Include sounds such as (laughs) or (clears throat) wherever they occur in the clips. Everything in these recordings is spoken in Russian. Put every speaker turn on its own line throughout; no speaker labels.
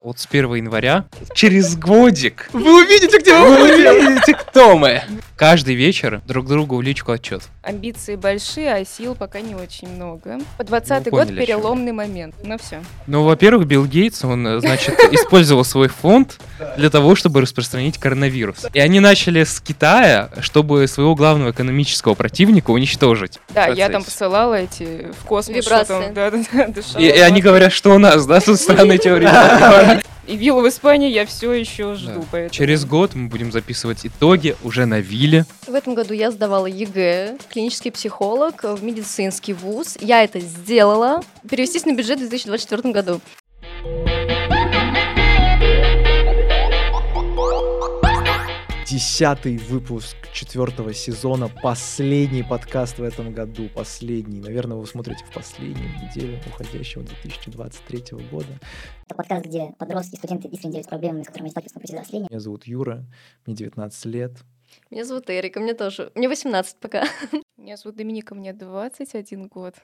Вот с 1 января, через годик, вы увидите, где
мы
вы увидите, кто мы. Каждый вечер друг другу в личку отчет.
Амбиции большие, а сил пока не очень много. По
Ну,
20
поняли,
год
о чём я.
переломный момент. Ну все.
Ну, во-первых, Билл Гейтс, он, э, значит, (laughs) использовал свой фонд для того, чтобы распространить коронавирус. И они начали с Китая, чтобы своего главного экономического противника уничтожить.
Да, я там
Процесс.
посылала эти в космос. что
Вибрации.
там, Да, да, да, дышала.
И, и они говорят, что у нас, да, тут странные теории. (laughs) заговора.
И виллу в Испании я все еще жду.
Да.
поэтому-
Через год мы будем записывать итоги уже на вилле.
В этом году я сдавала ЕГЭ, клинический психолог, э, в медицинский вуз. Я это сделала. Перевестись на бюджет в 2024 году.
Десятый выпуск четвертого сезона, последний подкаст в этом году, последний. Наверное, вы смотрите в последнюю неделю уходящего 2023 года.
Это подкаст, где подростки, студенты искренне делятся проблемами, с которыми они сталкиваются на пути взросления.
Меня зовут Юра, мне 19 лет.
Меня зовут Эрика, мне тоже. Мне 18 пока.
Меня зовут Доминика, мне 21 год.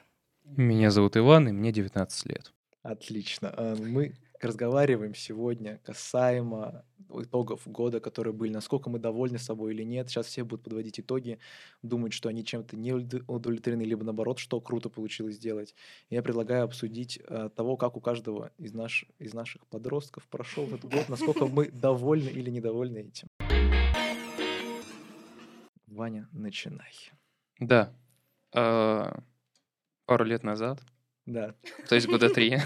Меня зовут Иван, и мне 19 лет.
Отлично. А, Мы разговариваем сегодня касаемо итогов года, которые были, насколько мы довольны собой или нет. Сейчас все будут подводить итоги, думать, что они чем-то не удов- удовлетворены, либо наоборот, что круто получилось сделать. Я предлагаю обсудить э, того, как у каждого из, наш, из наших подростков прошел этот год, насколько мы довольны или недовольны этим. Ваня, начинай.
Да. Э, Пару лет назад,
Да,
то есть года три.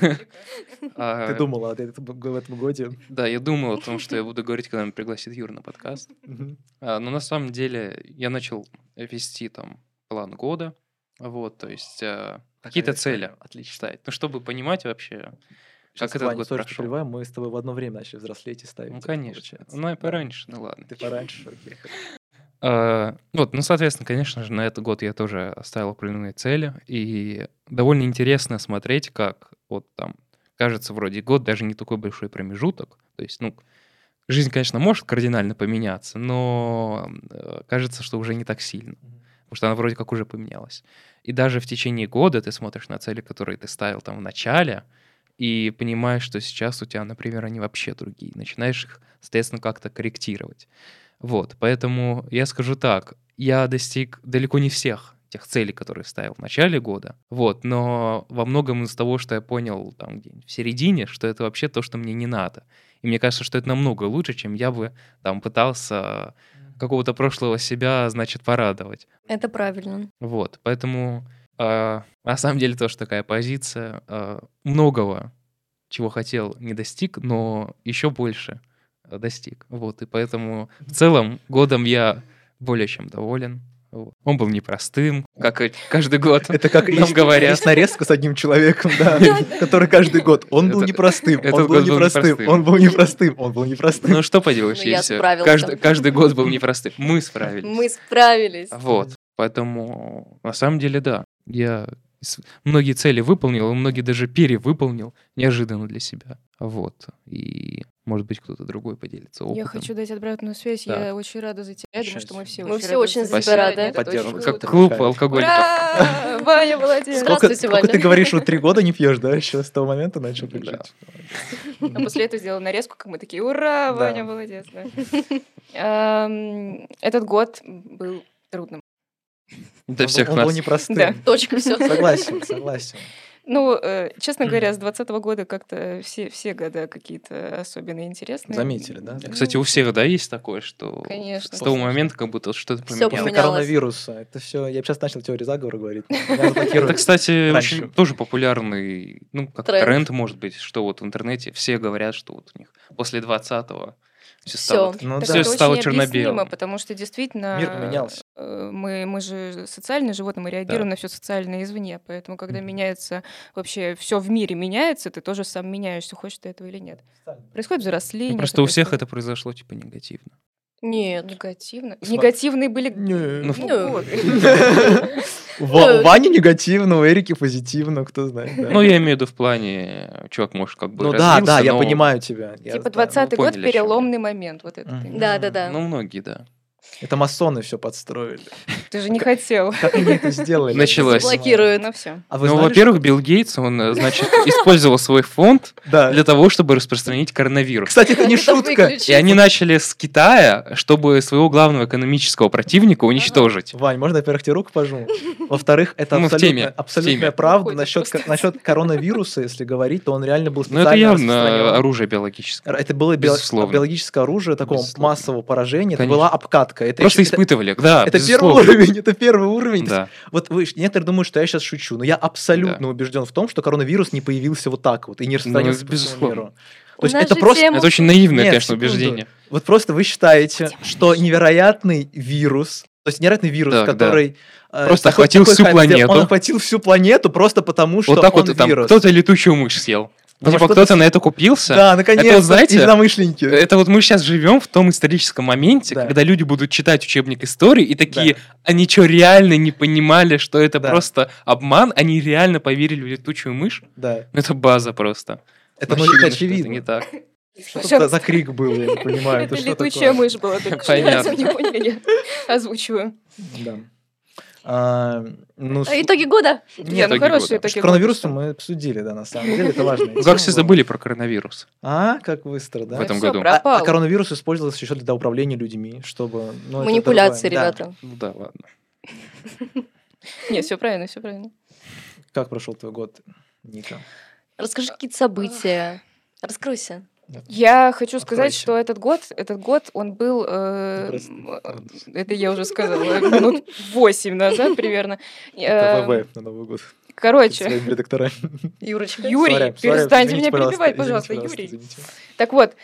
А,
ты думала о этом, в этом годе?
Да, я думал о том, что
(laughs)
я буду говорить, когда меня пригласит Юра на подкаст.
Мгм.
А, Но на самом деле я начал вести там план года, вот, то есть а,
Так,
какие-то
я понял.
цели
Отлично.
считать. Ну, чтобы понимать вообще,
Сейчас,
Как этот
Ваня,
год
сори, что
прошёл?
перебиваем, мы с тобой в одно время начали взрослеть и ставить.
ну,
это,
конечно.
получается.
Ну, и
Да.
пораньше, ну ладно.
Ты пораньше, окей.
А, Вот, ну, соответственно, конечно же, на этот год я тоже оставил определенные цели, и довольно интересно смотреть, как вот там, кажется, вроде год даже не такой большой промежуток, то есть, ну, жизнь, конечно, может кардинально поменяться, но э, кажется, что уже не так сильно,
Мгм.
потому что она вроде как уже поменялась. И даже в течение года ты смотришь на цели, которые ты ставил там в начале, и понимаешь, что сейчас у тебя, например, они вообще другие, начинаешь их, соответственно, как-то корректировать. Вот, поэтому я скажу так, я достиг далеко не всех тех целей, которые ставил в начале года, вот, но во многом из того, что я понял там где-нибудь в середине, что это вообще то, что мне не надо. И мне кажется, что это намного лучше, чем я бы там пытался какого-то прошлого себя, значит, порадовать.
Это правильно.
Вот, поэтому э, на самом деле тоже такая позиция. э, многого, чего хотел, не достиг, но еще больше э, достиг. Вот, и поэтому в целом годом я более чем доволен. Вот. Он был непростым, как и каждый
(laughs)
год.
Это как
Нам
есть,
говорят.
есть нарезка с одним человеком, да, который каждый год. Он был
Это-
непростым,
этот
он был
год был
непростым,
непростым.
он был непростым, он был непростым.
Ну что поделаешь,
Ну, я
если
справилась
каждый,
там.
каждый год был непростым. Мы справились.
Мы справились.
А.
Вот. Поэтому, на самом деле, да. Я с- многие цели выполнил, и многие даже перевыполнил неожиданно для себя. Вот. И, может быть, кто-то другой поделится опытом.
Я хочу дать обратную связь.
Да.
Я очень рада за тебя. Я думаю, что мы все
Мы
очень
все
рады
очень
за тебя.
за тебя
Нет,
рады.
это очень
Поддерживаю.
круто.
Как клуб
Кайф.
алкоголиков.
Ура! (laughs) Ваня, молодец!
Сколько- Здравствуйте,
сколько ты
Ваня.
говоришь, вот три года не пьешь, да, еще с того момента начал пить
Да.
жить?
А после этого сделала нарезку, как мы такие, ура,
Да.
Ваня, молодец. да. Эм, Этот год был трудным.
Для
Он был-
всех
Он был
нас.
Да.
непростым.
Точка, все.
Согласен, согласен.
Ну, э, честно говоря, с 2020 года как-то все, все года какие-то особенно интересные.
Заметили, да?
Ну,
Кстати, у всех, да, есть такое, что
Конечно.
с того момента как будто что-то
Всё
После
поменялось.
поменялось.
коронавируса. Это все. Я сейчас начал теорию заговора говорить. Меня
Это,
заблокируют.
кстати,
Раньше.
очень тоже популярный, ну, как тренд.
Тренд.
может быть, что вот в интернете все говорят, что вот у них после 20-го все
Всё.
стало...
Ну
Так
Всё
да.
это
стало
очень объяснимо,
черно-белым.
потому что действительно...
Мир поменялся.
э, Мы, мы же социальные животные, мы реагируем на все социальное извне. Поэтому, когда
Мгм.
меняется вообще все в мире меняется, ты тоже сам меняешься, хочешь ты этого или нет. Происходит взросление.
Ну, просто у всех
происходит
это произошло, типа, негативно.
Нет.
негативно.
Сма-
Негативные были.
Не.
Ну, в-
Ну,
(laughs)
вот.
Ну,
Ва- У Вани негативно, у Эрики позитивно, кто знает. да.
Ну, я имею в виду в плане, э, чувак, может, как бы
Ну да, да,
развился,
я
но-
понимаю тебя. я
Типа
знаю.
20
поняли,
год
о чём я.
переломный момент вот этот.
Мгм.
именно.
Да, да, да.
Ну, многие, да.
Это масоны все подстроили.
Ты же не хотел.
Как они это сделали?
Началось.
Заблокируют.
Ну все.
А вы
Ну,
знали,
во-первых, Билл Гейтс, он, э,
(laughs)
значит, использовал свой фонд
что- Да.
для того, чтобы распространить коронавирус.
Кстати, это не
Как это
шутка.
выключить?
И они начали с Китая, чтобы своего главного экономического противника уничтожить.
Вань, можно, во-первых, тебе руку
(laughs)
пожму? Во-вторых, это
Ну, в теме,
абсолютно-
в
абсолютная
теме.
правда
Уходит
насчет
просто.
ко- насчет коронавируса, если говорить, то он реально был
Но Ну, это
специально
явно
распространен.
оружие биологическое.
Это было био-
Безусловно.
биологическое оружие такого
Безусловно.
массового поражения. Это
Конечно.
была обкатка. Это
Просто
еще- это-
испытывали, да,
Это первый
А, безусловно.
уровень, это первый уровень. То есть
Да.
Вот вы, некоторые думают, что я сейчас шучу, но я абсолютно убежден в том, что коронавирус не появился вот так вот и не распространился
Ну,
по всему
безусловно.
миру.
У
То есть
нас
это
же
просто...
тема-
Это очень наивное,
Нет,
конечно,
секунду.
убеждение.
Вот просто вы считаете, что невероятный вирус, то есть невероятный вирус,
Так, да.
который... э,
Просто
такой-
охватил
такой
всю
хайп сделал,
планету.
Он охватил всю планету просто потому, что
Вот так
он
вот там
вирус.
кто-то летучую мышь съел.
Потому
Типа
что
кто-то
ты-
на это купился.
Да, наконец-то,
знаете, э,
единомышленники.
Это вот мы сейчас живем в том историческом моменте,
Да.
когда люди будут читать учебник истории и такие,
Да.
они что, реально не понимали, что это
Да.
просто обман? Они реально поверили в летучую мышь?
Да.
Ну, это база просто.
Это ну,
Очевидно, что это
очевидно.
не
(laughs)
так.
Что тут за- за крик был, я не понимаю.
Это
что
летучая
такое?
мышь была только что.
Понятно.
Если не (laughs) поняли, я озвучиваю.
Да. А, ну, с-
А Итоги года.
Не,
нет,
ну
итоги года.
хорошие
с
итоги.
коронавирусом мы обсудили, да, на самом деле, это
(laughs)
важно.
Ну, как все забыли про коронавирус?
А, как быстро, да?
В этом
Всё,
году.
А- А,
пропал.
коронавирус использовался еще для управления людьми, чтобы... ну, это
Манипуляции,
другое. Да.
ребята.
Ну да, ладно.
Не, все правильно, все правильно.
Как прошел твой год, Ника?
Расскажи какие-то события. Раскройся.
Я хочу сказать,
Откройся.
что этот год, этот год, он был... э,
Просто.
м, э, Это я уже сказала, минут восемь назад примерно.
Это
Э,
ВВ на Новый год. перед
Короче,
своими редакторами.
Юрочка.
Юрий,
Сорян, сорян,
перестаньте
извините,
меня перебивать, пожалуйста,
извините,
Юрий.
извините.
Так вот,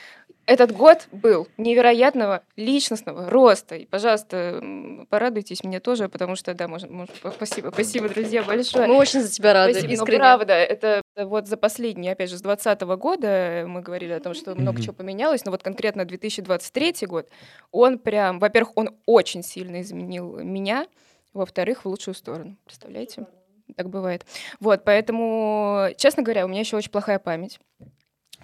этот год был невероятного личностного роста. И, пожалуйста, м, порадуйтесь мне тоже, потому что, да, можно, можно- спасибо, спасибо, друзья, большое.
Мы очень за тебя рады,
Спасибо, но
искренне.
правда, это вот за последние, опять же, с 2020 года э, мы говорили о том, что много
Мгм.
чего поменялось, но вот конкретно 2023 год, он прям, во-первых, он очень сильно изменил меня, во-вторых, в лучшую сторону, представляете? Так бывает. Вот, поэтому, честно говоря, у меня еще очень плохая память.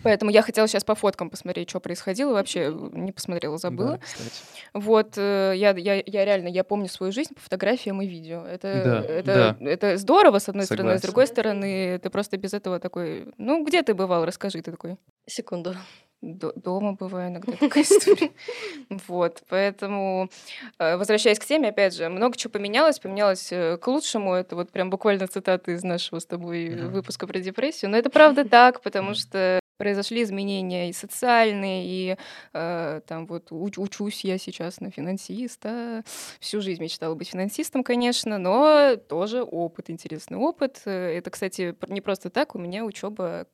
Поэтому я хотела сейчас по фоткам посмотреть, что происходило. Вообще э, не посмотрела, забыла.
Да, кстати.
Вот, э, я, я, я реально, я помню свою жизнь по фотографиям и видео. Это,
Да,
это, это здорово, с одной стороны, а с
Согласен.
другой стороны, ты просто без этого такой, ну, где ты бывал, расскажи, ты такой.
Секунду.
«До- Дома бываю
(laughs)
иногда такая история. Вот, поэтому, э, возвращаясь к теме, опять же, много чего поменялось, поменялось э, к лучшему, это вот прям буквально цитаты из нашего с тобой
Мгм.
выпуска про депрессию, но это правда так, потому
Мгм.
что произошли изменения и социальные, и э, там вот уч- учусь я сейчас на финансиста, всю жизнь мечтала быть финансистом, конечно, но тоже опыт, интересный опыт. Э, Это, кстати, пр- не просто так, у меня учеба,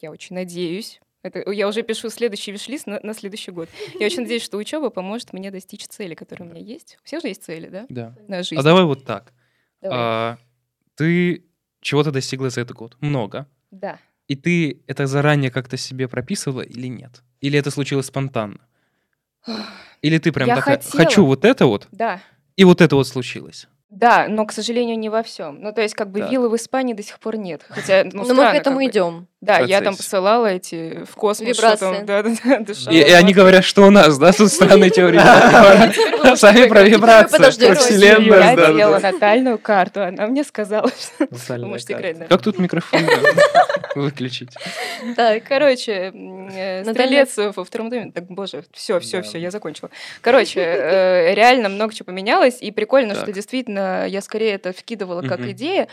я очень надеюсь, это, я уже пишу следующий вишлист на, на следующий год. Я очень надеюсь, что учеба поможет мне достичь цели, которая у меня есть. У всех же есть цели, да?
Да.
На жизнь.
А давай вот так.
Давай.
А, ты чего-то достигла за этот год? Много.
Да.
И ты это заранее как-то себе прописывала или нет? Или это случилось спонтанно? Или ты прям
Я
такая,
хотела.
хочу вот это вот,
Да.
и вот это вот случилось?
Да, но, к сожалению, не во всем. Ну, то есть, как бы
Так.
виллы в Испании до сих пор нет. Хотя, ну,
Но мы
странно,
к этому
как бы. (laughs)
идем.
Да, я там
Процессе.
посылала эти в космос. что
Вибрации.
там, Да, да, да, дышала.
И, и они говорят, что у нас, да, тут странные теории. заговора.
(laughs)
Сами про вибрации,
Подожди,
про
давай,
вселенную.
Юля,
Я
да, да,
делала
да.
натальную карту, она мне сказала, (laughs) что вы
Натальная
можете
карта.
играть. да.
Как тут микрофон выключить?
Так.
Короче, м, э,
Наталья-
стрелец во втором доме. Так, боже, все, все,
Да.
все, я закончила. Короче, э, реально много чего поменялось, и прикольно, что
Так.
действительно я скорее это вкидывала как
Мгм.
идея.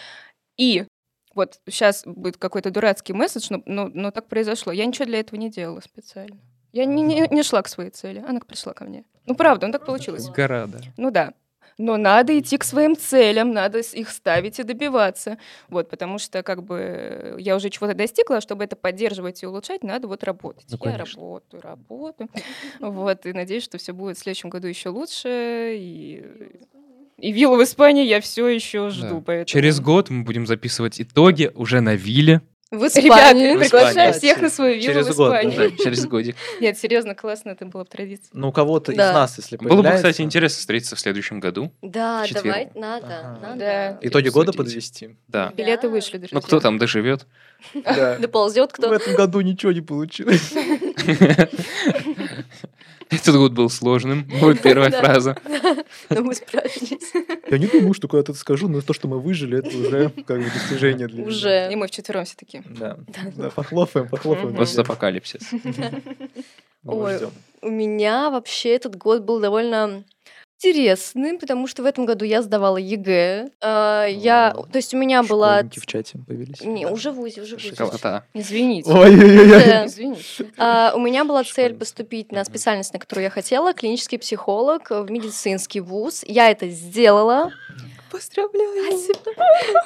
И вот сейчас будет какой-то дурацкий месседж, но, но, но так произошло. Я ничего для этого не делала специально. Я не, не, не шла к своей цели, она пришла ко мне. Ну, правда, ну так получилось.
Гора, да.
Ну да. Но надо идти к своим целям, надо с- их ставить и добиваться. Вот, потому что как бы я уже чего-то достигла, а чтобы это поддерживать и улучшать, надо вот работать.
Ну,
я
конечно.
работаю, работаю. Вот, и надеюсь, что все будет в следующем году еще лучше. И, и виллу в Испании я все еще жду.
Да.
поэтому-
Через год мы будем записывать итоги уже на вилле.
В
Ребят,
Испании.
приглашаю
Испании.
всех на свою виллу
Через
в
год, да.
Испании.
Да, через годик.
(laughs) Нет, серьезно, классно, это было бы традиция.
Ну, у кого-то из
Да.
нас, если
Было бы,
появляется,
кстати, интересно встретиться в следующем году.
Да,
В четверг.
давай, надо,
Ага.
надо.
Да.
Итоги года
Обсудить.
подвести.
Да.
Билеты
Да.
вышли, друзья.
Ну, кто там доживет? (laughs)
Да.
Доползет
(laughs) В
кто-то.
этом году ничего не получилось.
Этот год был сложным, будет первая
Да.
фраза.
(laughs) Но мы
(laughs)
справились.
Я не думаю, что когда-то это скажу, но то, что мы выжили, это
(laughs)
уже как бы достижение для меня.
Уже.
И мы вчетвером все такие.
Да. Да, похлопаем, похлопаем.
Мгм.
Просто
друзья.
апокалипсис.
Мы вас
Ой,
ждём.
У меня вообще этот год был довольно интересным, потому что в этом году я сдавала ЕГЭ. А, Я,
О,
то есть у меня была...
Школьники в чате появились.
Не,
(laughs) Да.
уже э, в УЗИ, уже в УЗИ.
Шоколада.
Извините.
Ой-ой-ой.
Да.
Извините.
А, у меня была цель
Школьница.
поступить на
Мгм.
специальность, на которую я хотела, клинический психолог э, в медицинский вуз. Я это сделала.
Поздравляю.
(laughs)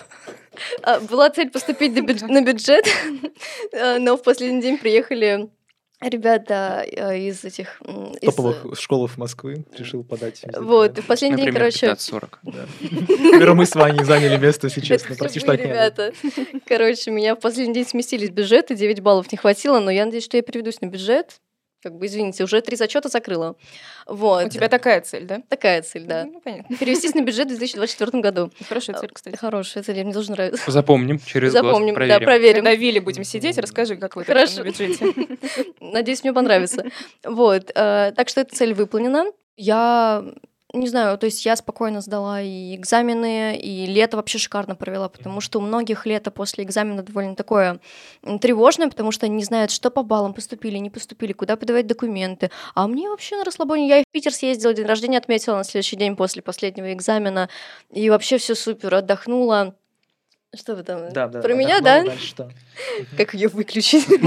А, Была цель поступить на бюдж- на бюджет, (laughs) э, но в последний день приехали ребята э, из этих... м, из, э,
Топовых школов Москвы решил подать. им
Вот, и
заявление.
в последний день,
Например,
короче,
15-40.
Да. Например, мы с Ваней заняли место,
(laughs)
если честно.
Это
Почти что
любые
отняли.
ребята. (laughs) Короче, меня в последний день сместились бюджеты, 9 баллов не хватило, но я надеюсь, что я переведусь на бюджет. Как бы, извините, уже три зачета закрыла. Вот.
У тебя такая цель, да?
такая цель, да.
Ну, понятно.
Перевестись на бюджет в
(laughs)
2024 году.
Хорошая
А,
цель, кстати.
Хорошая цель, мне тоже нравится.
Запомним, через
Запомним,
год
да,
проверим.
проверим.
Когда Вилли будем сидеть, расскажи, как вы это
Хорошо.
на
(laughs)
бюджете.
Надеюсь, мне понравится. Вот. э, Так что эта цель выполнена. Я не знаю, то есть я спокойно сдала и экзамены, и лето вообще шикарно провела, потому что у многих лето после экзамена довольно такое м, тревожное, потому что они не знают, что по баллам поступили, не поступили, куда подавать документы. А мне вообще на расслабоне. Я и в Питер съездила, день рождения отметила на следующий день после последнего экзамена, и вообще все супер, отдохнула. Что вы там?
Да, да,
Про
да,
меня,
так,
да?
мало дальше, да?
Как ее выключить? (laughs)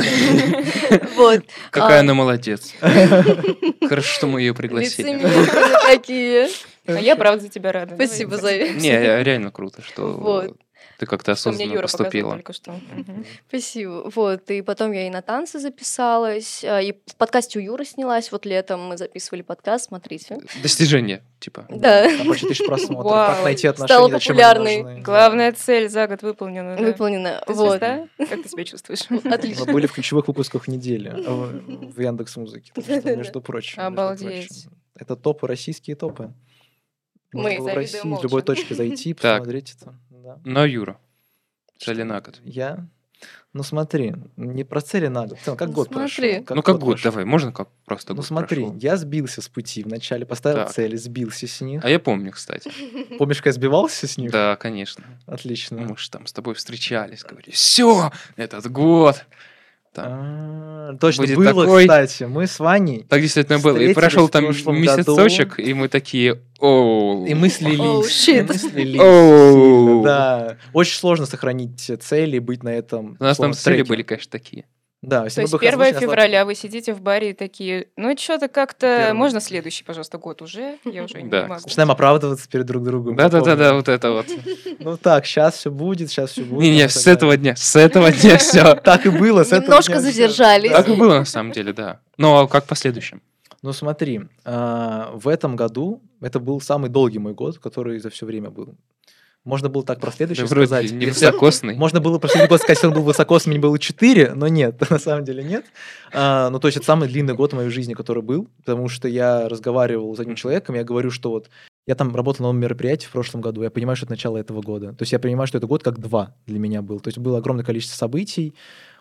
Вот.
Какая
А.
она молодец. Хорошо, что мы ее пригласили. (laughs)
Лицемеры какие.
А я, правда, за тебя рада.
Спасибо за это.
Не, э, реально круто, что
Вот.
ты как-то
Что мне
осознанно
Юра показал
поступила.
только что.
Мгм.
Мгм.
(laughs) Спасибо. Вот, и потом я и на танцы записалась, а, и в подкасте у Юры снялась, вот летом мы записывали подкаст, смотрите.
Достижение, типа.
(laughs) Да,
Там почти тысяч просмотров.
Вау.
Как найти
Стала
отношения, зачем они
популярной.
нужны.
Главная цель за год выполнена. да.
(laughs) выполнено.
Ты
Вот.
звезда?
Ну,
Как ты себя чувствуешь?
Мы
Отлично.
были в ключевых выпусках недели э, в в Яндекс Музыке,
Да-да-да.
между прочим. между
Обалдеть.
прочим. Это топы, российские топы.
Мы
Можно было в
завидуем
России с
молча.
любой точки
(laughs)
зайти,
Так.
посмотреть это. да.
Но, Юра, цели
Что?
на год.
Я? Ну смотри, не про цели надо. В целом, как
Ну,
год
смотри.
прошел.
ну, как
год
год,
прошел.
давай, можно как просто
Ну
год
смотри,
прошел?
я сбился с пути вначале, поставил
Так.
цели, сбился с них.
А я помню, кстати.
Помнишь, как я сбивался с них?
Да, конечно.
Отлично.
Мы же там с тобой встречались, говорили, все, этот год. Там.
А, Точно,
Будет
было,
такой-
кстати. Мы с Ваней
Так действительно было. И
Встретились
прошел
в
там
прошлом
месяцочек, и мы такие, оу.
И мы слились.
Оу,
и
щит.
мы слились.
Оу.
сильно, Да. Очень сложно сохранить э, цели и быть на этом.
У нас там
словно,
цели
треке.
были, конечно, такие.
Да,
То
если мы
есть
бы их
1
озвучили,
февраля вы сидите в баре и такие, ну что-то как-то...
Первый.
Можно следующий, пожалуйста, год уже? Я уже не
Да.
могу.
Начинаем оправдываться перед друг другом. Типа,
Да-да-да-да, вот это вот.
Ну так, сейчас все будет, сейчас все будет.
Не-не,
там
с
всё, да.
этого дня, с этого дня все.
(laughs) Так и было. с этого
Немножко
дня всё.
задержались.
Да.
Так и было, на самом деле, да. Ну, а как в последующем?
Ну смотри, а, в этом году это был самый долгий мой год, который за все время был. Можно было так про следующий
Да вроде
сказать.
не
если-
высокосный.
Можно было про следующий год сказать, что он был а высокосный, мне было 4, но нет, (laughs) на самом деле нет. А, ну, то есть это самый длинный год в моей жизни, который был, потому что я разговаривал с одним человеком, я говорю, что вот я там работал на новом мероприятии в прошлом году, я понимаю, что это начало этого года. То есть я понимаю, что это год как два для меня был. То есть было огромное количество событий,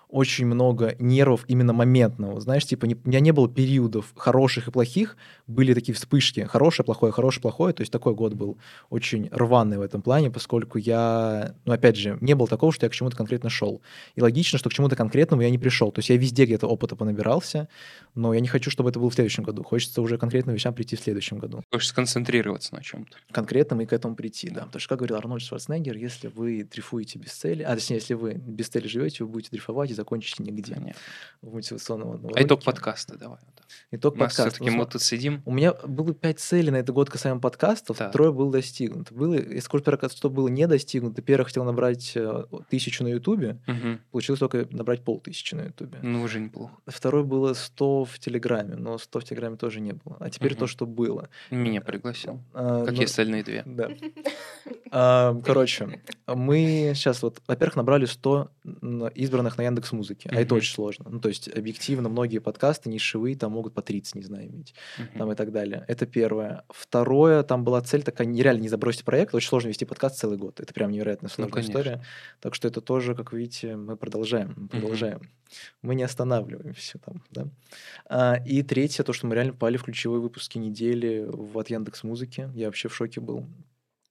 очень много нервов именно моментного. Знаешь, типа не- у меня не было периодов хороших и плохих, были такие вспышки. Хорошее, плохое, хорошее, плохое. То есть такой год был очень рваный в этом плане, поскольку я, ну опять же, не было такого, что я к чему-то конкретно шел. И логично, что к чему-то конкретному я не пришел. То есть я везде где-то опыта понабирался, но я не хочу, чтобы это было в следующем году. Хочется уже к конкретным вещам прийти в следующем году.
Хочешь сконцентрироваться на чем-то.
Конкретным и к этому прийти, да. Потому что, как говорил Арнольд Шварценеггер, если вы дрейфуете без цели, а точнее, если вы без цели живете, вы будете дрейфовать и закончите нигде
Понятно.
в мотивационном
А итог
ролике.
подкаста давай.
Итог
У нас
подкаста.
все-таки
Ну,
мы
см-
тут сидим.
У меня было пять целей на этот год касаемо подкастов,
Так.
трое было достигнуто. Было, из сколько подкастов что было не достигнуто. Первое хотел набрать э, тысячу на Ютубе,
Мгм.
получилось только набрать полтысячи на Ютубе.
Ну, уже неплохо.
Второе было 100 в Телеграме, но 100 в Телеграме тоже не было. А теперь то,
Мгм.
что было.
Меня пригласил.
А,
Как
но-
и остальные две.
Да. А, Короче, мы сейчас вот, во-первых, набрали 100 н- избранных на Яндекс Музыке, а это
Мгм.
очень сложно. Ну, то есть объективно многие подкасты нишевые там могут по 30, не знаю, иметь,
Мгм.
там и так далее. Это первое. Второе, там была цель такая, нереально не забросить проект, очень сложно вести подкаст целый год, это прям невероятно сложная
Ну, конечно.
история. Так что это тоже, как видите, мы продолжаем, мы продолжаем. Мы не останавливаемся там, да. А, и третье, то, что мы реально попали в ключевые выпуски недели в, от Яндекс Музыки. Я вообще в шоке был.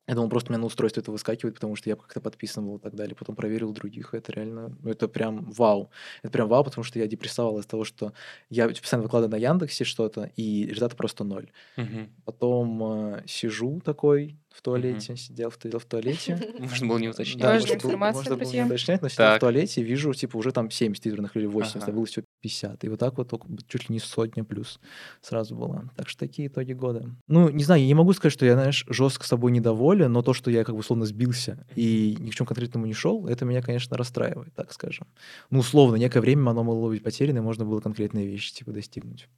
Я думал, просто у меня на устройство это выскакивает, потому что я как-то подписан был и так далее. Потом проверил других, и это реально... Ну, это прям вау. Это прям вау, потому что я депрессовал из того, что я постоянно выкладываю на Яндексе что-то, и результат просто ноль.
Мгм.
Потом э, сижу такой в туалете, сидел в, ту- в туалете.
Можно было не уточнять.
Да,
Важная
можно было-
информация,
можно было не
друзья.
уточнять, но сидел в
Так.
туалете и вижу, типа, уже там 70 избранных или 80, а
Ага.
было всего 50. И вот так вот ок- чуть ли не сотня плюс сразу было. Так что такие итоги года. Ну, не знаю, я не могу сказать, что я, знаешь, жестко собой недоволен, но то, что я как бы словно сбился и ни к чему конкретному не шел, это меня, конечно, расстраивает, так скажем. Ну, условно, некое время оно могло быть потеряно, и можно было конкретные вещи, типа, достигнуть.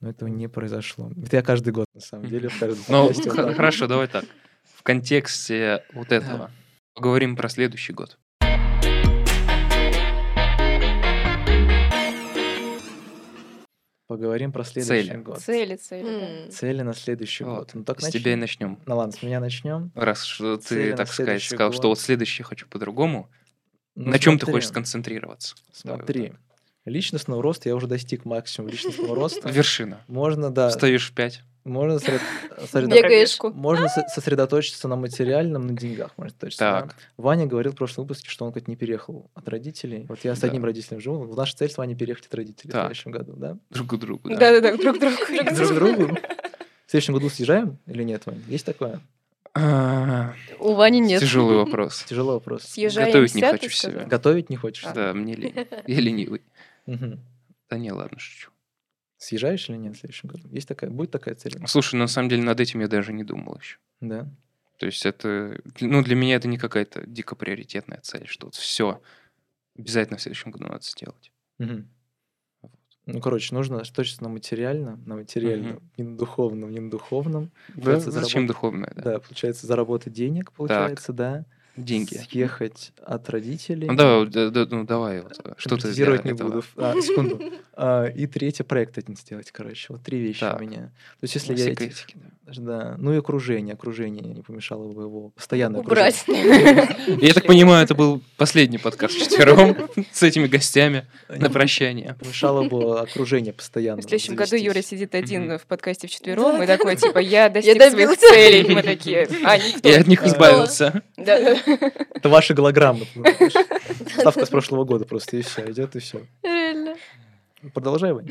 Но этого не произошло. Это я каждый год, на самом деле, в каждом
Ну,
подкасте вот
х-
так.
хорошо, давай так. В контексте вот этого поговорим про следующий год.
Поговорим про следующий
Цели.
год.
Цели, цели.
М.
Цели на следующий
Вот,
год. Ну, так
С тебя и
начнем.
начнем.
Ну ладно, с меня начнем.
Раз что ты,
Цели на
так сказать,
следующий
сказал, что
год. Ну,
вот следующее хочу по-другому, на чем ты хочешь сконцентрироваться? Давай вот
Смотри,
так.
личностного роста я уже достиг максимум личностного роста.
Вершина.
Можно, да,
Встаешь в 5.
можно, сосред- сосредо-
Бегаешь.
Бегаешку.
можно со- сосредоточиться на материальном, на деньгах. Можно сосредоточиться, да.
Так.
Ваня говорил в прошлом выпуске, что он как не переехал от родителей. Вот я с
Да.
одним родителем живу. В наша цель с Ваней переехать от родителей
Так.
в следующем году, да?
Друг к другу. да.
Да-да-да, друг другу.
Друг к другу. В следующем году съезжаем или нет, Вань? Есть такое?
А,
У Вани нет.
Тяжелый (laughs) вопрос.
Тяжелый вопрос.
Съезжаемся,
Готовить не
ты
хочу
сказал?
себя.
Готовить не хочешь?
Да, мне лень. Я ленивый.
Мгм.
Да не, ладно, шучу.
Съезжаешь или нет в следующем году? Есть такая? Будет такая цель?
Слушай, на самом деле над этим я даже не думал еще.
Да.
То есть это, ну, для меня это не какая-то дико приоритетная цель, что вот все обязательно в следующем году надо сделать.
Мгм. Ну, короче, нужно точно на материальном, на материальном, не на духовном, не на духовном.
Да,
Получается,
зачем
заработ-
духовное, да?
Да. получается, заработать денег, получается, да.
Деньги.
Съехать от родителей.
Ну, давай, вот, да, да, ну, давай, вот, э, что ты
Конкретизировать не буду. А, секунду. А, и третий проект один сделать, короче. Вот три вещи
Так. Ну,
у меня. То есть, если я... эти- Да. Ну и окружение. Окружение не помешало бы его. Постоянно
Убрать.
Я
(laughs)
так понимаю, это был последний подкаст вчетвером (laughs) с этими гостями на прощание.
Помешало бы окружение постоянно.
В следующем году
завестись.
Юра сидит один
Мгм.
в подкасте вчетвером, и
Да.
такой, типа, я достиг своих
добился.
целей. Мы такие, а,
(laughs)
никто.
И от них
Да.
избавился.
Да,
(laughs)
(laughs)
да.
Это ваши голограммы. понимаешь? Ставка с прошлого года просто и все, идет и все.
Реально.
Продолжай, Вань.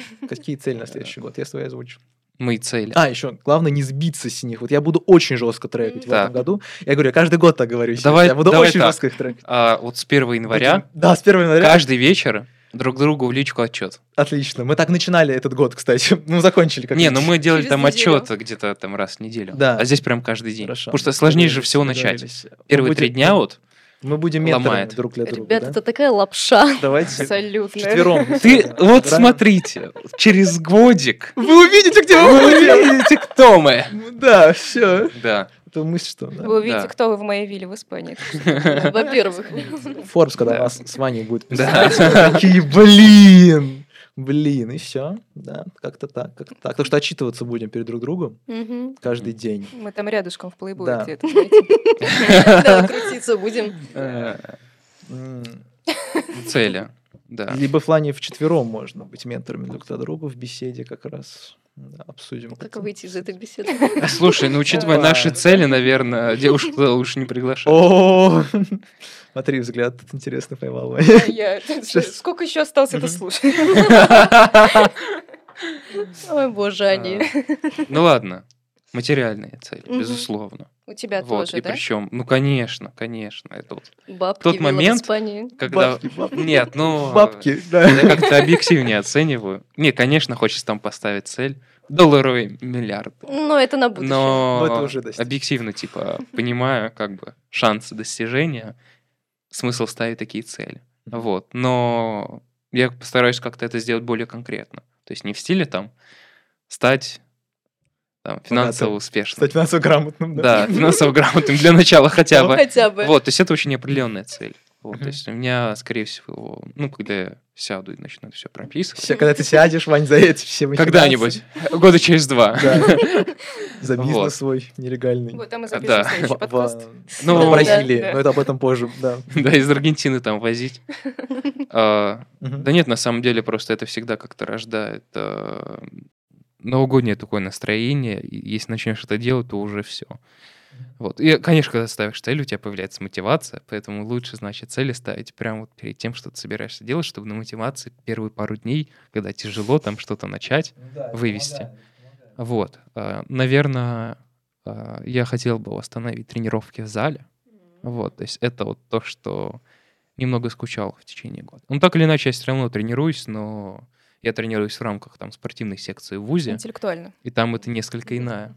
(laughs)
Какие цели на следующий год? Я свои озвучу.
Мои цели.
А, еще главное не сбиться с них. Вот я буду очень жестко трекать в этом
Так.
году. Я говорю, я каждый год так говорю. сейчас.
Давай-
я буду
давай
очень
так.
жестко их трекать.
А вот с 1 января
Да, с 1 января.
каждый вечер друг другу в личку отчет.
Отлично. Мы так начинали этот год, кстати. (laughs) Ну, закончили как
Не,
видите.
ну мы делали
Через
там
неделю.
отчеты где-то там раз в неделю.
Да.
А здесь прям каждый день.
Хорошо.
Потому что сложнее же
Договорились,
всего начать.
договорились. Ну, Мы
Первые три
будем-
дня
(laughs)
вот
Мы будем менторами
ломает.
друг для друга.
Ребята,
да?
это
(laughs)
такая лапша. (laughs)
Давайте
Абсолютно.
вчетвером.
Ты вот
Правильно?
смотрите, через годик
Вы увидите, где
вы
мы будем.
увидите, кто мы.
Да, все.
Да.
Это мысль, что... да.
Вы увидите,
Да.
кто вы в моей вилле в Испании.
Во-первых.
Форбс, когда
Да.
вас с Ваней будет
Да.
писать, такие, блин, блин, и все, да, как-то так, как-то так. Так что отчитываться будем перед друг другом
Мгм.
каждый день.
Мы там рядышком в плейбое
Да.
где-то, типа, знаете.
(laughs) Да, крутиться будем.
(laughs) Э,
М,
Цели. Да.
Либо в плане вчетвером можно быть менторами друг для друга в беседе как раз. Да, обсудим.
Как
это.
выйти из этой беседы?
(laughs) Слушай, ну учитывая
Да.
наши цели, наверное, девушку туда лучше не приглашать.
О, (laughs) смотри, взгляд тут интересно поймал. Вань.
А
(laughs)
я- Сколько еще осталось это
Мгм.
слушать?
Ой, боже,
А,
они.
Ну ладно. Материальные цели,
Мгм.
безусловно.
У тебя
Вот,
тоже,
и
да?
причем, ну конечно, конечно, это вот
Бабки
Тот
вилла в
момент,
Испании.
когда...
Бабки, бабки.
Нет, ну...
(laughs) Бабки,
Я
да.
как-то объективнее оцениваю. Не, конечно, хочется там поставить цель. Долларовый миллиард.
Ну,
Но Ну, это на будущее.
Но
Но это уже достичь.
объективно, типа, понимаю, как бы, шансы достижения, смысл ставить такие цели.
Мгм.
Вот. Но я постараюсь как-то это сделать более конкретно. То есть не в стиле там стать там, финансово успешным.
Стать финансово грамотным,
Да,
да.
финансово грамотным для начала хотя
Ну,
бы.
Хотя бы.
Вот, то есть это очень определенная цель. Вот, то
Мгм.
есть у меня, скорее всего, ну, когда я сяду и начну это все прописывать,
Все, когда ты сядешь, Вань, за эти все махинации.
когда-нибудь, года через два. (laughs)
Да. За бизнес
Вот.
свой нелегальный.
Вот там и
Да.
запишем
В-
следующий
в-
подкаст.
Ну,
в Бразилии,
да.
но это об этом позже, да.
Да, из Аргентины там
(laughs)
возить. А,
Мгм.
Да нет, на самом деле просто это всегда как-то рождает э, новогоднее такое настроение. и Если начнешь это делать, то уже все. Вот. И, конечно, когда ставишь цель, у тебя появляется мотивация, поэтому лучше, значит, цели ставить прямо вот перед тем, что ты собираешься делать, чтобы на мотивации первые пару дней, когда тяжело там что-то начать, вывести. Вот. э, Наверное, э, я хотел бы восстановить тренировки в зале. Вот, то есть это вот то, что немного скучал в течение года. Ну, так или иначе, я все равно тренируюсь, но я тренируюсь в рамках там спортивной секции в ВУЗе,
Интеллектуально.
и там это несколько иная.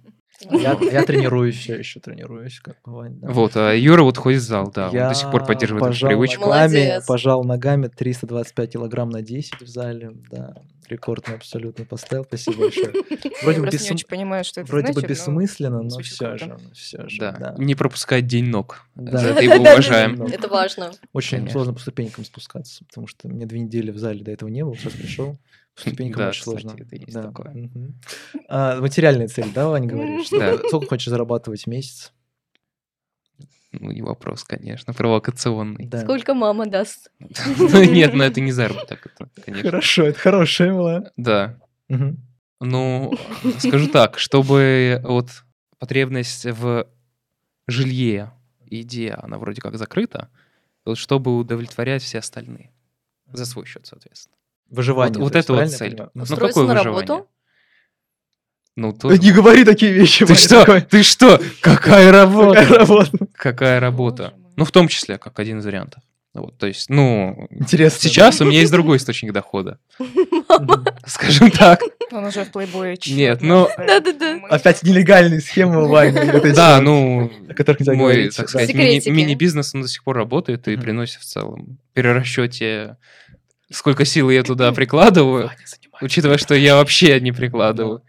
Я, я тренируюсь, я еще тренируюсь, как Вань. да.
Вот, а Юра вот ходит в зал, да,
Я
он до сих пор поддерживает эту
пожал
привычку.
ногами-
Молодец.
пожал ногами 325 килограмм на 10 в зале, да. Рекордный абсолютно поставил, спасибо
(laughs)
большое.
я
Вроде бы,
просто не
бессмы-
очень понимаю, что это
вроде бы
значит, но
бессмысленно, но
звучит
все
круто.
же, все же,
Да.
да.
не пропускать день ног.
Да.
За
(laughs)
это его уважаем.
Это важно.
Очень
Конечно.
сложно по ступенькам спускаться, потому что у меня две недели в зале до этого не было, сейчас пришел. По ступенькам
Да,
очень
кстати,
сложно.
это есть
Да,
такое.
мгм. А, Материальная цель, да, Ваня, говоришь?
Да.
Сколько хочешь зарабатывать в месяц?
Ну, не вопрос, конечно, провокационный. (laughs)
Да.
Сколько мама даст?
Ну, Нет, но это не заработок, это, конечно.
Хорошо, это хорошая была.
Да.
Мгм.
(laughs)
Ну, скажу так, чтобы вот потребность в жилье, еде, она вроде как закрыта, вот чтобы удовлетворять все остальные. За свой счет, соответственно.
Выживание.
вот
то есть,
это вот
правильно я
цель.
понимаю?
Ну,
Мгм.
Устроиться
какое
на
выживание?
работу?
(laughs) Ну,
Да
то...
Не говори такие вещи,
Ты
Ваня,
что?
такой-
Ты что? Какая
такая
работа?
работа.
Какая работа?
Боже мой.
Ну, в том числе, как один из вариантов. Вот, то есть, (laughs) ну,
Интересно.
сейчас у меня есть другой источник дохода.
да? Мгм.
Скажем так.
Он уже в плейбое.
Нет, ну,
Да-да-да.
Опять нелегальные схемы, Ваня. вот эти
да,
вот,
ну,
о которых нельзя
мой,
говорить,
так
да.
сказать, мини-
Секретики.
мини-бизнес, он до сих пор работает и
Мгм.
приносит в целом перерасчете, сколько силы я туда прикладываю,
Ваня, занимайся.
учитывая, что я вообще не прикладываю.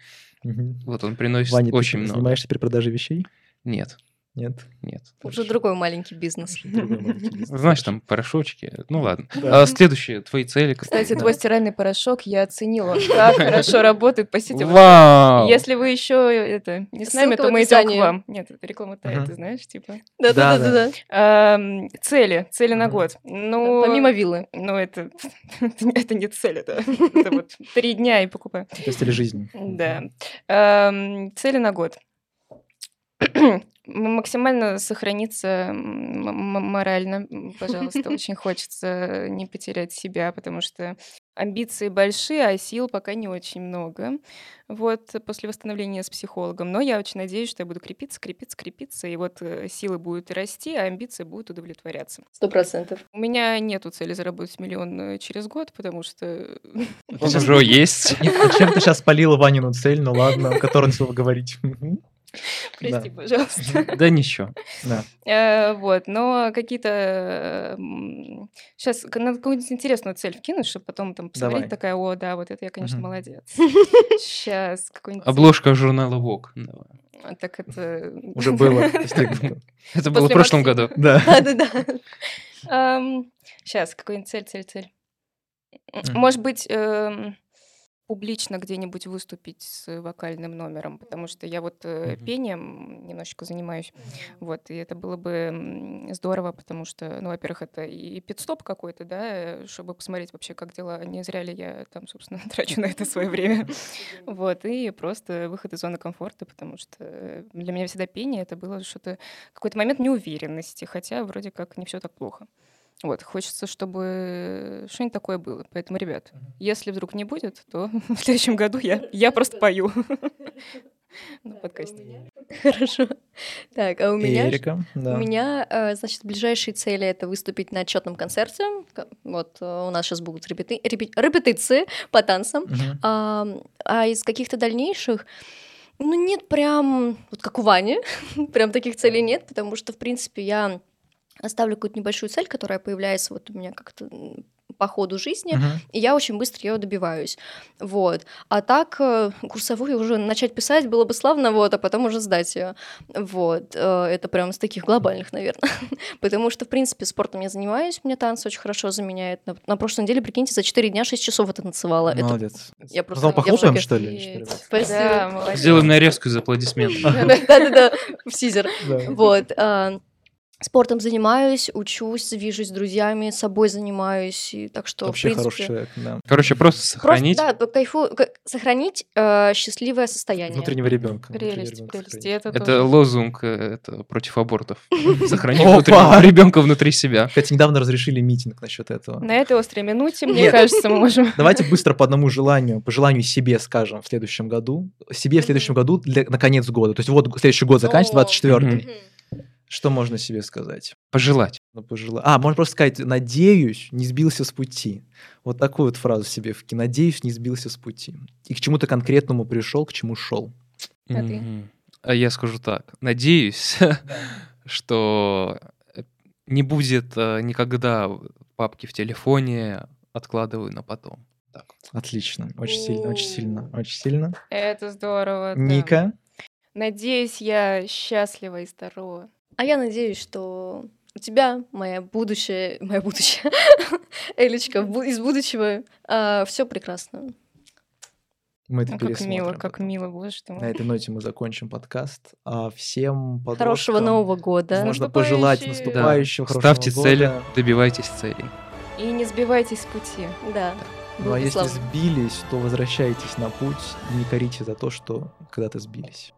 Мгм.
Вот он приносит
Ну, Ваня,
очень
ты
много.
занимаешься перепродажей вещей?
Нет,
Нет.
нет. ну,
Уже другой маленький бизнес.
Другой маленький бизнес.
Знаешь, там порошочки. Ну ладно.
Да.
А следующие твои цели. какие?
Кстати, твой стиральный порошок я оценила. Он так хорошо работает по сети.
А.
Вау!
Если вы еще это не с нами,
Ссылка
то
в
мы идем к
описании.
вам. Нет, это реклама тает,
Мгм.
ты знаешь, типа.
Да-да-да.
Эм, Цели, цели на
Мгм.
год. Ну,
Помимо виллы.
ну это, (laughs) это не цель, это, это
(laughs)
вот три дня и покупаю.
Это стиль жизни.
Да. Эм, Цели на год. (clears throat) М- Максимально сохраниться м, м- м- морально, м, пожалуйста. Очень хочется не потерять себя, потому что амбиции большие, а сил пока не очень много. Вот после восстановления с психологом. Но я очень надеюсь, что я буду крепиться, крепиться, крепиться, и вот э, силы будут расти, а амбиции будут удовлетворяться.
Сто процентов.
У меня нету цели заработать миллион э, через год, потому что (laughs)
Он уже есть.
Нет, Зачем ты сейчас спалила Ванину цель, ну ладно, о которой он слово говорить. Мгм.
прости, пожалуйста.
Да ничего.
Да.
Э, Вот, но какие-то... э, Сейчас надо какую-нибудь интересную цель вкинуть, чтобы потом там посмотреть
Давай.
такая, о, да, вот это я, конечно,
Мгм.
молодец. Сейчас какую-нибудь...
Обложка журнала Vogue. Давай.
А, Так это...
Уже было.
(laughs)
достигнуто.
Это было в
После
прошлом
Максима.
году.
Да.
Да-да-да.
Сейчас, какую-нибудь цель, цель, цель.
Мгм.
Может быть, эм, публично где-нибудь выступить с вокальным номером, потому что я вот э,
Мгм.
пением немножечко занимаюсь, вот, и это было бы м, здорово, потому что, ну, во-первых, это и пидстоп какой-то, да, э, чтобы посмотреть вообще, как дела, не зря ли я там, собственно, (laughs) трачу на это свое время, вот, и просто выход из зоны комфорта, потому что э, для меня всегда пение это было что-то, какой-то момент неуверенности, хотя вроде как не все так плохо. Вот, хочется, чтобы что-нибудь такое было. Поэтому, ребят, если вдруг не будет, то (laughs) в следующем году (laughs) я, я просто пою на подкасте.
Хорошо. Так, а у меня...
Эрика.
У
да.
меня, э, значит, ближайшие цели это выступить на отчетном концерте. К- Вот э, у нас сейчас будут репети- репе- репетиции по танцам.
Мгм.
А, а из каких-то дальнейших, ну, нет прям, вот как у Вани, (laughs) прям таких целей нет, потому что, в принципе, я оставлю какую-то небольшую цель, которая появляется вот у меня как-то м, по ходу жизни,
Мгм.
и я очень быстро ее добиваюсь. Вот. А так э, курсовую уже начать писать было бы славно, вот, а потом уже сдать ее. Вот. Э, Это прям с таких глобальных, наверное. (laughs) Потому что, в принципе, спортом я занимаюсь, мне танцы очень хорошо заменяет. На, на прошлой неделе, прикиньте, за 4 дня 6 часов это танцевала. Это
Молодец.
я просто...
Потом
я в
похлопаем,
шоке.
что ли? что
(laughs)
ли?
Офигеть.
Спасибо.
Да, молодец.
Сделаем нарезку из аплодисментов.
(laughs) Да-да-да, в сизер.
Да.
Вот. а, Спортом занимаюсь, учусь, вижусь с друзьями, собой занимаюсь, и так что,
Вообще
в принципе...
хороший человек, да.
Короче, просто
Просто,
сохранить.
да, по кайфу, к- сохранить э, счастливое состояние.
Внутреннего ребенка.
Прелесть, прелесть. И это,
Это
тоже.
лозунг э, это, против
(laughs)
абортов. Сохранить
Опа!
внутреннего ребенка внутри себя.
Кстати, недавно разрешили митинг насчет этого.
На этой острой минуте, мне кажется, мы можем...
Давайте быстро по одному желанию, по желанию себе скажем в следующем году. Себе в следующем году для- на конец года. То есть вот г- следующий год заканчивается,
О.
24
Мгм.
Мгм.
Что можно себе сказать?
Пожелать.
Ну, пожела- А, можно просто сказать, надеюсь, не сбился с пути. Вот такую вот фразу себе вки. Надеюсь, не сбился с пути. И к чему-то конкретному пришел, к чему шел.
А ты?
Мгм. А я скажу так. Надеюсь, (laughs) что не будет э, никогда папки в телефоне откладываю на потом. Так.
Отлично. Очень сильно, очень сильно, очень сильно.
(laughs) Это здорово. да.
Ника.
Надеюсь, я счастлива и здорова.
А я надеюсь, что у тебя, моя будущее, моя будущее, (laughs) Элечка, бу- из будущего, все прекрасно.
Мы это
Ну, Как мило,
пересмотрим
как
потом.
мило, боже ты
На
мой.
этой ноте мы закончим подкаст. А всем подросткам
Хорошего Нового года.
Можно пожелать
Наступающего.
Да.
наступающего хорошего
Ставьте
года.
цели, добивайтесь целей.
И не сбивайтесь с пути.
Да.
Ну а если
Благословен.
сбились, то возвращайтесь на путь и не корите за то, что когда-то сбились.